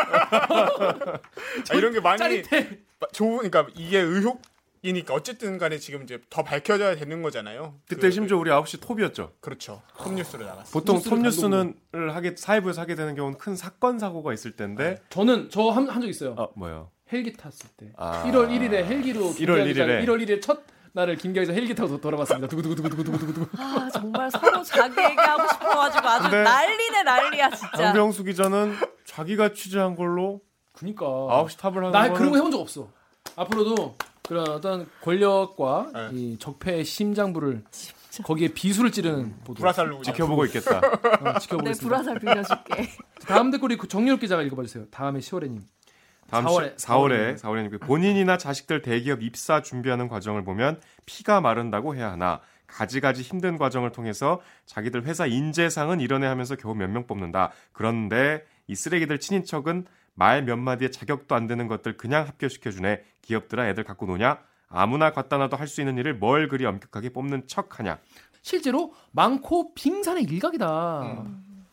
Speaker 2: 아, 이런 게 많이
Speaker 1: 짜릿해.
Speaker 2: 마- 좋은 그러니까 이게 의혹이니까 어쨌든 간에 지금 이제 더 밝혀져야 되는 거잖아요.
Speaker 3: 그때
Speaker 2: 그-
Speaker 3: 심지어 우리 9시 톱이었죠.
Speaker 2: 그렇죠. 톱뉴스로 나갔어.
Speaker 3: 보통
Speaker 1: 뉴스를
Speaker 3: 톱뉴스는 하게 사회부에서 하게 되는 경우는 큰 사건 사고가 있을 텐데
Speaker 1: 저는 저 한 적 있어요.
Speaker 3: 아 뭐요?
Speaker 1: 헬기 탔을 때.
Speaker 3: 아.
Speaker 1: 1월 1일에 헬기로
Speaker 3: 1월 1일 에.
Speaker 1: 1월 1일 첫 날을 김기자 헬기 타고 돌아봤습니다. 두구두구두구두구두구두구.
Speaker 4: 아 정말 서로 자기 얘기하고 싶어가지고 아주
Speaker 3: 근데-
Speaker 4: 난리네 난리야
Speaker 5: 아,
Speaker 4: 진짜.
Speaker 3: 장병수 기자는 자기가 취재한 걸로
Speaker 1: 그니까.
Speaker 3: 9시 탑을 하는
Speaker 1: 나
Speaker 3: 거는
Speaker 1: 그런 거 해본 적 없어. 앞으로도 그런 어떤 권력과
Speaker 2: 네.
Speaker 1: 이 적폐의 심장부를 거기에 비수를
Speaker 3: 음,
Speaker 1: 찌르는 보도
Speaker 2: 불화살로
Speaker 3: 지켜보고 있겠다.
Speaker 1: 어,
Speaker 4: 내
Speaker 1: 지켜보겠습니다.
Speaker 4: 불화살 빌려줄게.
Speaker 1: 다음 댓글이 그 정유럽 기자가 읽어봐주세요. 다음에 10월에님.
Speaker 3: 다음
Speaker 1: 4월에.
Speaker 3: 4월에 4월에 4월에 본인이나 자식들 대기업 입사 준비하는 과정을 보면 피가 마른다고 해야 하나 가지가지 힘든 과정을 통해서 자기들 회사 인재상은 이러네 하면서 겨우 몇 명 뽑는다. 그런데 이 쓰레기들 친인척은 말 몇 마디에 자격도 안 되는 것들 그냥 합격시켜 주네. 기업들아 애들 갖고 노냐? 아무나 갖다 놔도 할 수 있는 일을 뭘 그리 엄격하게 뽑는 척하냐?
Speaker 1: 실제로 많고 빙산의 일각이다.
Speaker 3: 음.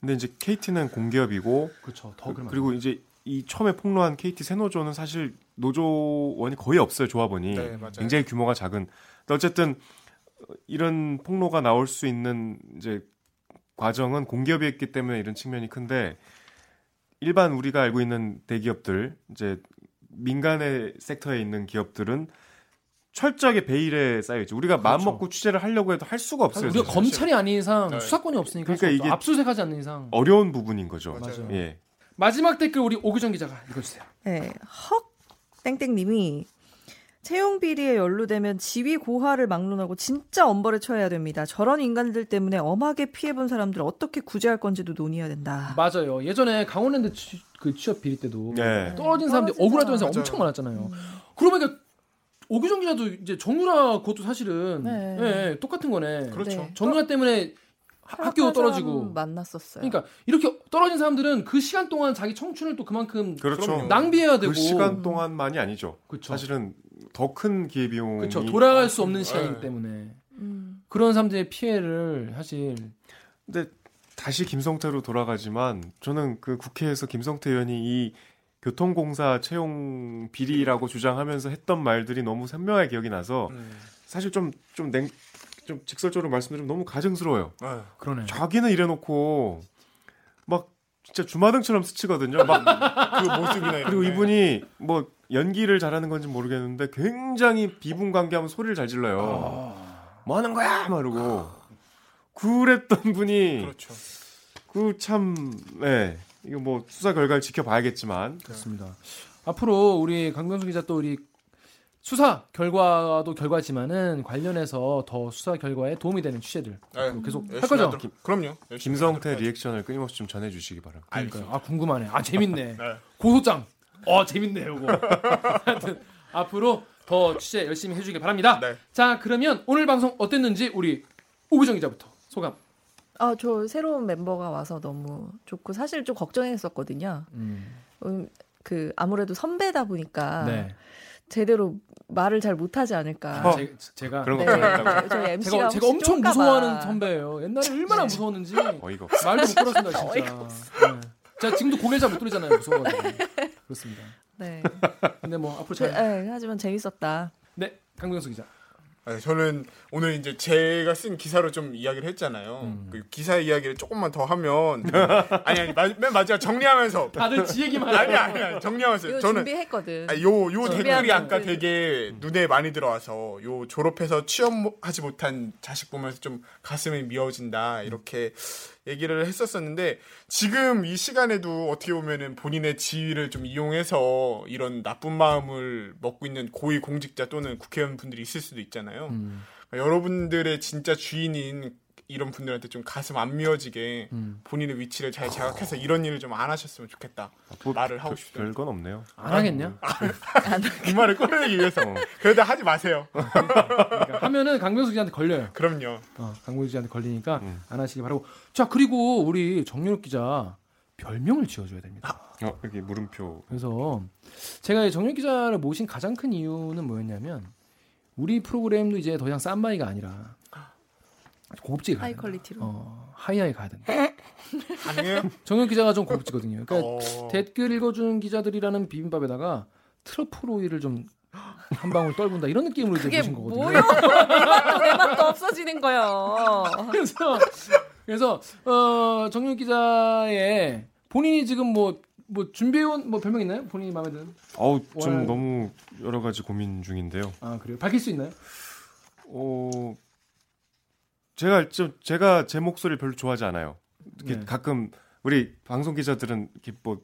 Speaker 3: 근데 이제 KT는 공기업이고
Speaker 1: 그렇죠. 더
Speaker 3: 그,
Speaker 1: 그러면.
Speaker 3: 리고 이제 이 처음에 폭로한 KT 세노조는 사실 노조원이 거의 없어요 조합원이
Speaker 2: 네, 맞아요.
Speaker 3: 굉장히 규모가 작은. 근데 어쨌든 어, 이런 폭로가 나올 수 있는 이제 과정은 공기업이었기 때문에 이런 측면이 큰데 일반 우리가 알고 있는 대기업들 이제 민간의 섹터에 있는 기업들은 철저하게 베일에 쌓여 있죠. 우리가 마음
Speaker 1: 그렇죠.
Speaker 3: 먹고 취재를 하려고 해도 할 수가 없어요.
Speaker 1: 우리가
Speaker 3: 사실.
Speaker 1: 검찰이 아닌 이상
Speaker 2: 네.
Speaker 1: 수사권이 없으니까
Speaker 3: 그러니까
Speaker 1: 할수 없죠.
Speaker 3: 이게-
Speaker 1: 압수수색하지 않는 이상
Speaker 3: 어려운 부분인 거죠.
Speaker 2: 맞아요.
Speaker 3: 예.
Speaker 1: 마지막 댓글 우리 오규정 기자가 읽어주세요.
Speaker 5: 네, 헉 땡땡님이 채용 비리에 연루되면 지위 고하를 막론하고 진짜 엄벌에 처해야 됩니다. 저런 인간들 때문에 엄하게 피해본 사람들 어떻게 구제할 건지도 논의해야 된다.
Speaker 1: 맞아요. 예전에 강원랜드 취, 그 취업 비리 때도
Speaker 3: 네.
Speaker 1: 떨어진 사람들이
Speaker 4: 떨어진
Speaker 1: 억울하다는 사람
Speaker 2: 사람.
Speaker 5: 음.
Speaker 1: 엄청 많았잖아요. 그러고 보니까 오규정 기자도 이제 정유라 그것도 사실은
Speaker 4: 네.
Speaker 1: 예, 예, 똑같은 거네.
Speaker 2: 그렇죠.
Speaker 4: 네.
Speaker 1: 정유라 때문에 하- 학교
Speaker 4: 사람
Speaker 1: 떨어지고.
Speaker 4: 만났었어요.
Speaker 1: 그러니까 이렇게 떨어진 사람들은 그 시간 동안 자기 청춘을 또 그만큼
Speaker 3: 그렇죠.
Speaker 2: 그럼요.
Speaker 1: 낭비해야 되고
Speaker 3: 그 시간 동안만이 아니죠.
Speaker 1: 그쵸.
Speaker 3: 사실은 더 큰 기회 비용이
Speaker 1: 그렇죠. 돌아갈 수 없는 시간이기
Speaker 2: 네.
Speaker 1: 때문에
Speaker 4: 음.
Speaker 1: 그런 사람들의 피해를 사실
Speaker 3: 근데 다시 김성태로 돌아가지만 저는 그 국회에서 김성태 의원이 이 교통공사 채용 비리라고 주장하면서 했던 말들이 너무 선명하게 기억이 나서
Speaker 2: 음.
Speaker 3: 사실 좀좀냉좀 직설적으로 말씀드리면 너무 가증스러워요.
Speaker 2: 어.
Speaker 1: 그러네.
Speaker 3: 자기는 이래놓고 진짜 주마등처럼 스치거든요. 막
Speaker 2: 그 모습이나 이런
Speaker 3: 그리고
Speaker 2: 게.
Speaker 3: 이분이 뭐 연기를 잘하는 건지 모르겠는데 굉장히 비분관계하면 소리를 잘 질러요.
Speaker 2: 아.
Speaker 3: 뭐 하는 거야? 말고 그랬던 분이
Speaker 2: 그렇죠.
Speaker 3: 그참 예. 이거 뭐 수사 결과를 지켜봐야겠지만
Speaker 1: 그렇습니다. 앞으로 우리 강병수 기자 또 우리 수사 결과도 결과지만은 관련해서 더 수사 결과에 도움이 되는 취재들
Speaker 2: 아유,
Speaker 1: 계속 할
Speaker 2: 열심히
Speaker 1: 거죠.
Speaker 2: 하도록- 그럼요. 열심히
Speaker 3: 김성태
Speaker 2: 하도록
Speaker 3: 리액션을 끊임없이 좀 전해주시기 바랍니다.
Speaker 1: 그러니까요. 아 궁금하네. 아 재밌네.
Speaker 2: 네.
Speaker 1: 고소장. 어 재밌네 요거. 하여튼 앞으로 더 취재 열심히 해주길 바랍니다.
Speaker 2: 네.
Speaker 1: 자 그러면 오늘 방송 어땠는지 우리 오구정 기자부터 소감.
Speaker 4: 아, 저 새로운 멤버가 와서 너무 좋고 사실 좀 걱정했었거든요. 음, 그 아무래도 선배다 보니까
Speaker 1: 네.
Speaker 4: 제대로 말을 잘 못하지 않을까.
Speaker 1: 아, 제,
Speaker 2: 아,
Speaker 1: 제가
Speaker 3: 그런 거
Speaker 4: 네,
Speaker 3: 없다고
Speaker 4: 저희 MC가
Speaker 1: 제가 제가 엄청
Speaker 4: 쫄까봐.
Speaker 1: 무서워하는 선배예요. 옛날에 얼마나 무서웠는지 말도
Speaker 3: 어이가 없어.
Speaker 1: 못 걸었습니다 진짜. 네. 제가 지금도 고개를 잘 못 돌리잖아요 무서워가지고. 그렇습니다.
Speaker 4: 네.
Speaker 1: 근데 뭐 앞으로 잘.
Speaker 4: 네, 하지만 재밌었다.
Speaker 1: 네 강병수 기자.
Speaker 2: 네, 저는 오늘 이제 제가 쓴 기사로 좀 이야기를 했잖아요.
Speaker 3: 음.
Speaker 2: 그 기사 이야기를 조금만 더 하면 음. 아니 아니 마, 맨 마지막 정리하면서
Speaker 1: 다들 지 얘기만
Speaker 2: 아니 아니 정리하면서
Speaker 4: 이거
Speaker 2: 저는
Speaker 4: 준비했거든.
Speaker 2: 아, 요, 요 댓글이
Speaker 4: 준비하면
Speaker 2: 아까
Speaker 4: 그-
Speaker 2: 되게 눈에 많이 들어와서 요 졸업해서 취업하지 못한 자식 보면서 좀 가슴이 미어진다 이렇게 얘기를 했었었는데 지금 이 시간에도 어떻게 보면은 본인의 지위를 좀 이용해서 이런 나쁜 마음을 먹고 있는 고위 공직자 또는 국회의원 분들이 있을 수도
Speaker 1: 음.
Speaker 2: 있잖아요.
Speaker 4: 음.
Speaker 2: 그러니까 여러분들의 진짜 주인인 이런 분들한테 좀 가슴 안 미어지게 본인의 위치를 잘 자각해서 이런 일을 좀 안 하셨으면 좋겠다. 말을 하고 싶다.
Speaker 3: 뭐 별건 없네요.
Speaker 1: 안 하겠냐?
Speaker 2: 이그 말을 꺼내기 위해서. 그래도 하지 마세요.
Speaker 1: 그러니까 하면은 강병수 기자한테 걸려요.
Speaker 2: 그럼요.
Speaker 1: 어, 강병수 기자한테 걸리니까 안 하시길 바라고. 자 그리고 우리 정유럽 기자 별명을 지어줘야 됩니다.
Speaker 3: 어, 여기 물음표.
Speaker 1: 그래서 제가 정윤 기자를 모신 가장 큰 이유는 뭐였냐면 우리 프로그램도 이제 더 이상 싼마이가 아니라 고급지게 가야
Speaker 4: 하이
Speaker 1: 된다.
Speaker 4: 퀄리티로.
Speaker 1: 어, 하이하이 가야 된다.
Speaker 2: 가능해요?
Speaker 1: 정윤 기자가 좀 고급지거든요. 그러니까
Speaker 2: 어.
Speaker 1: 댓글 읽어주는 기자들이라는 비빔밥에다가 트러플 오일을 좀 한 방울 떨군다 이런 느낌으로 이제
Speaker 4: 그게
Speaker 1: 모신 거거든요.
Speaker 4: 뭐요? 내 맛도 내 맛도 없어지는 거예요.
Speaker 1: 그래서 그래서 어, 정윤 기자의 본인이 지금 뭐 뭐 준비해온 뭐 별명 있나요? 본인이 마음에 드는?
Speaker 3: 어우 좀
Speaker 1: 월-
Speaker 3: 너무 여러 가지 고민 중인데요.
Speaker 1: 아 그래요? 밝힐 수 있나요?
Speaker 3: 어 제가 좀 제가 제 목소리 를 별로 좋아하지 않아요. 이렇게
Speaker 1: 네.
Speaker 3: 가끔 우리 방송 기자들은 이렇게 뭐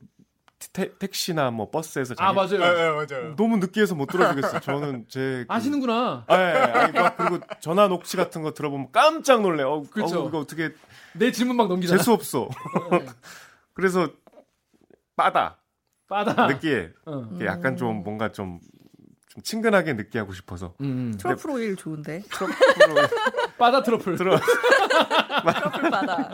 Speaker 3: 태, 택시나 뭐 버스에서
Speaker 1: 아
Speaker 3: 자기-
Speaker 2: 예,
Speaker 1: 맞아요.
Speaker 2: 예, 맞아요.
Speaker 3: 너무 느끼해서 못 들어주겠어요. 저는 제 그-
Speaker 1: 아시는구나.
Speaker 3: 아, 예, 예. 아니, 막 그리고 전화 녹취 같은 거 들어보면 깜짝 놀래. 어,
Speaker 1: 그쵸.
Speaker 3: 어, 이거 어떻게
Speaker 1: 내 질문 막 넘기잖아.
Speaker 3: 재수 없어.
Speaker 1: 네.
Speaker 3: 그래서 빠다
Speaker 1: 빠다.
Speaker 3: 느끼해.
Speaker 1: 어. 음,
Speaker 3: 이렇게 약간 좀 뭔가 좀, 좀 친근하게 느끼하고 싶어서
Speaker 1: 음.
Speaker 5: 트러플 오일 좋은데.
Speaker 1: 네. 빠다 트러플.
Speaker 3: 들어
Speaker 4: 커플 받아.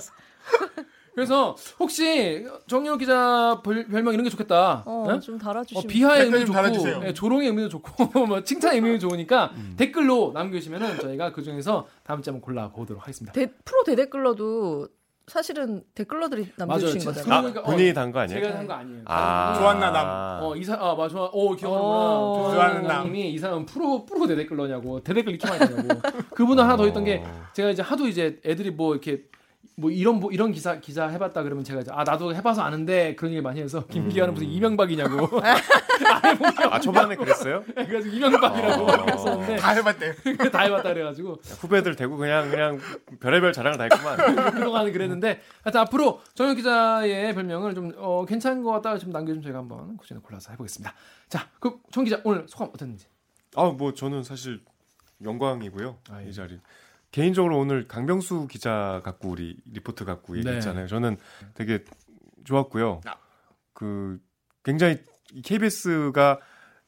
Speaker 1: 그래서 혹시 정윤호 기자 별, 별명 이런 게 좋겠다.
Speaker 4: 어,
Speaker 1: 네?
Speaker 4: 좀 달아주시면.
Speaker 1: 어, 비하의
Speaker 2: 댓글
Speaker 1: 의미도
Speaker 2: 좀
Speaker 1: 좋고
Speaker 2: 달아주세요.
Speaker 1: 예, 조롱의 의미도 좋고 뭐 칭찬의 의미도 좋으니까 댓글로 남겨주시면 저희가 그 중에서 다음 주에 한번 골라보도록 하겠습니다.
Speaker 4: 대- 프로 대댓글러도 사실은 댓글러들이 남겨주신
Speaker 1: 진짜
Speaker 4: 거잖아요.
Speaker 3: 아,
Speaker 1: 그러니까, 어,
Speaker 3: 본인이 단 거 아니에요?
Speaker 1: 제가 한 거 아니에요.
Speaker 3: 아.
Speaker 2: 좋았나, 남.
Speaker 1: 어 이사 아 맞아 어
Speaker 4: 어.
Speaker 1: 기억하는구나
Speaker 2: 좋아하는 남.
Speaker 1: 조수환님이 이 사람 프로 프로 대댓글러냐고 대댓글 이렇게 많이 다냐고 그분은 하나 더 있던 게 제가 이제 하도 이제 애들이 뭐 이렇게 뭐 이런 뭐 이런 기사 기사 해봤다 그러면 제가 이제 아 나도 해봐서 아는데 그런 얘기 많이 해서 김기현은 무슨 이명박이냐고 뭐,
Speaker 3: 아 초반에 그랬어요?
Speaker 1: 그래서 이명박이라고
Speaker 3: 어.
Speaker 1: 했었는데
Speaker 2: 다 해봤대.
Speaker 1: 다 해봤다 그래가지고
Speaker 3: 후배들 대고 그냥 그냥 별의별 자랑을 다 했구만.
Speaker 1: 그동안은 그랬는데 하여튼 앞으로 정현 기자의 별명을 좀 어, 괜찮은 것 같다 좀 남겨주면 저희가 한번 고진을 골라서 해보겠습니다 자 그럼 정 기자 오늘 소감 어땠는지
Speaker 3: 아뭐 저는 사실 영광이고요
Speaker 1: 아, 예.
Speaker 3: 이 자리. 개인적으로 오늘 강병수 기자 갖고 우리 리포트 갖고 얘기했잖아요. 저는 되게 좋았고요.
Speaker 2: 아.
Speaker 3: 그 굉장히 KBS가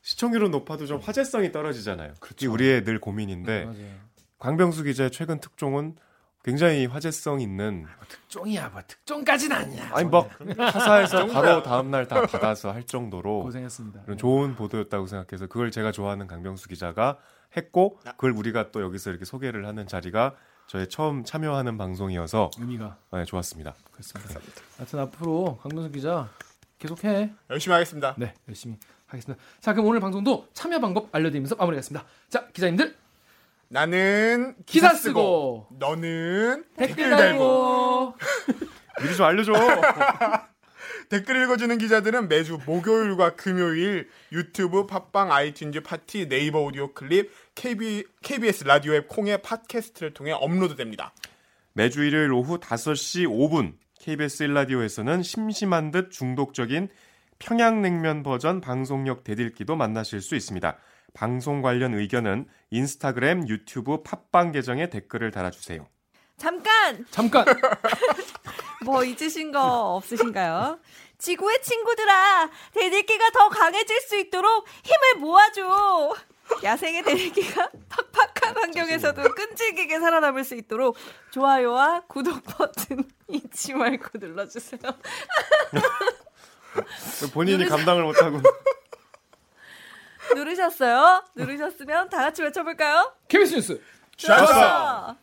Speaker 3: 시청률은 높아도 좀 화제성이 떨어지잖아요. 그게 우리의 늘 고민인데
Speaker 1: 맞아요
Speaker 3: 강병수 기자의 최근 특종은 굉장히 화제성 있는
Speaker 1: 특종이야 뭐 특종까진 아니야
Speaker 3: 아니 뭐. 막 타사에서 바로 다음 날 다 받아서 할 정도로
Speaker 1: 고생했습니다 네,
Speaker 3: 이런 좋은 보도였다고 생각해서 그걸 제가 좋아하는 강병수 기자가 했고 그걸 우리가 또 여기서 이렇게 소개를 하는 자리가 저의 처음 참여하는 방송이어서
Speaker 1: 의미가
Speaker 3: 네, 좋았습니다.
Speaker 1: 그렇습니다 하여튼 앞으로 강동석 기자 계속해
Speaker 2: 열심히 하겠습니다.
Speaker 1: 네 열심히 하겠습니다 자 그럼 오늘 방송도 참여 방법 알려드리면서 마무리하겠습니다 자 기자님들
Speaker 2: 나는
Speaker 1: 기사 쓰고,
Speaker 2: 너는
Speaker 1: 댓글 달고
Speaker 3: 미리 좀 알려줘.
Speaker 2: 댓글 읽어주는 기자들은 매주 목요일과 금요일 유튜브, 팟빵, 아이튠즈, 파티, 네이버 오디오 클립, KB, KBS 라디오 앱 콩의 팟캐스트를 통해 업로드됩니다.
Speaker 3: 매주 일요일 오후 5시 5분 KBS 1라디오에서는 심심한 듯 중독적인 평양냉면 버전 방송력 대들기도 만나실 수 있습니다. 방송 관련 의견은 인스타그램, 유튜브, 팟빵 계정에 댓글을 달아주세요.
Speaker 4: 잠깐
Speaker 1: 잠깐
Speaker 4: 뭐 잊으신 거 없으신가요? 지구의 친구들아 대들기가 더 강해질 수 있도록 힘을 모아줘. 야생의 대들기가 팍팍한 환경에서도 끈질기게 살아남을 수 있도록 좋아요와 구독 버튼 잊지 말고 눌러주세요.
Speaker 3: 본인이 감당을 못하고
Speaker 4: 누르셨어요? 누르셨으면 다 같이 외쳐볼까요?
Speaker 1: KBS 뉴스
Speaker 2: 샤샤!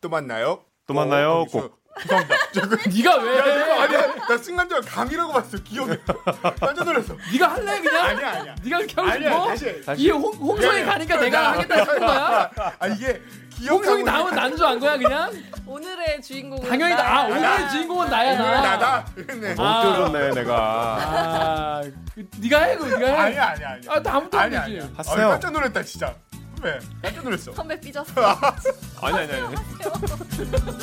Speaker 2: 또 만나요.
Speaker 3: 또 만나요,
Speaker 2: 어,
Speaker 3: 꼭.
Speaker 2: 죄송합니다. 잠깐.
Speaker 1: 네가 왜
Speaker 2: 어, 아니야. 나 순간적으로 강이라고 봤어. 기억이. 깜짝 놀랐어.
Speaker 1: 네가 할래 그냥
Speaker 2: 아니야, 아니야.
Speaker 1: 네가 이렇게 하고
Speaker 2: 아니야,
Speaker 1: 싶어?
Speaker 2: 다시 해.
Speaker 1: 이게 홍, 홍성이 가니까 내가 하겠다 싶은 거야?
Speaker 2: 아 이게 기억
Speaker 1: 홍성이 나오면 난줄 안 거야 그냥?
Speaker 4: 오늘의 주인공은
Speaker 1: 당연히 나, 아, 오늘의
Speaker 4: 나야.
Speaker 1: 주인공은 나야 나.
Speaker 2: 나다. 이랬네.
Speaker 1: 아.
Speaker 3: 너무 쫄렸네 내가.
Speaker 1: 아, 그, 네가 해 그럼 네가 해.
Speaker 2: 아니야 아니야 아니야.
Speaker 1: 아, 나 아무도
Speaker 2: 아니야
Speaker 1: 모르지.
Speaker 2: 아니야. 아,
Speaker 3: 봤어요.
Speaker 2: 깜짝 놀랐다 진짜. 왜? 깜짝 놀랐어.
Speaker 4: 선배 삐졌어.
Speaker 3: 아니 아니 아니.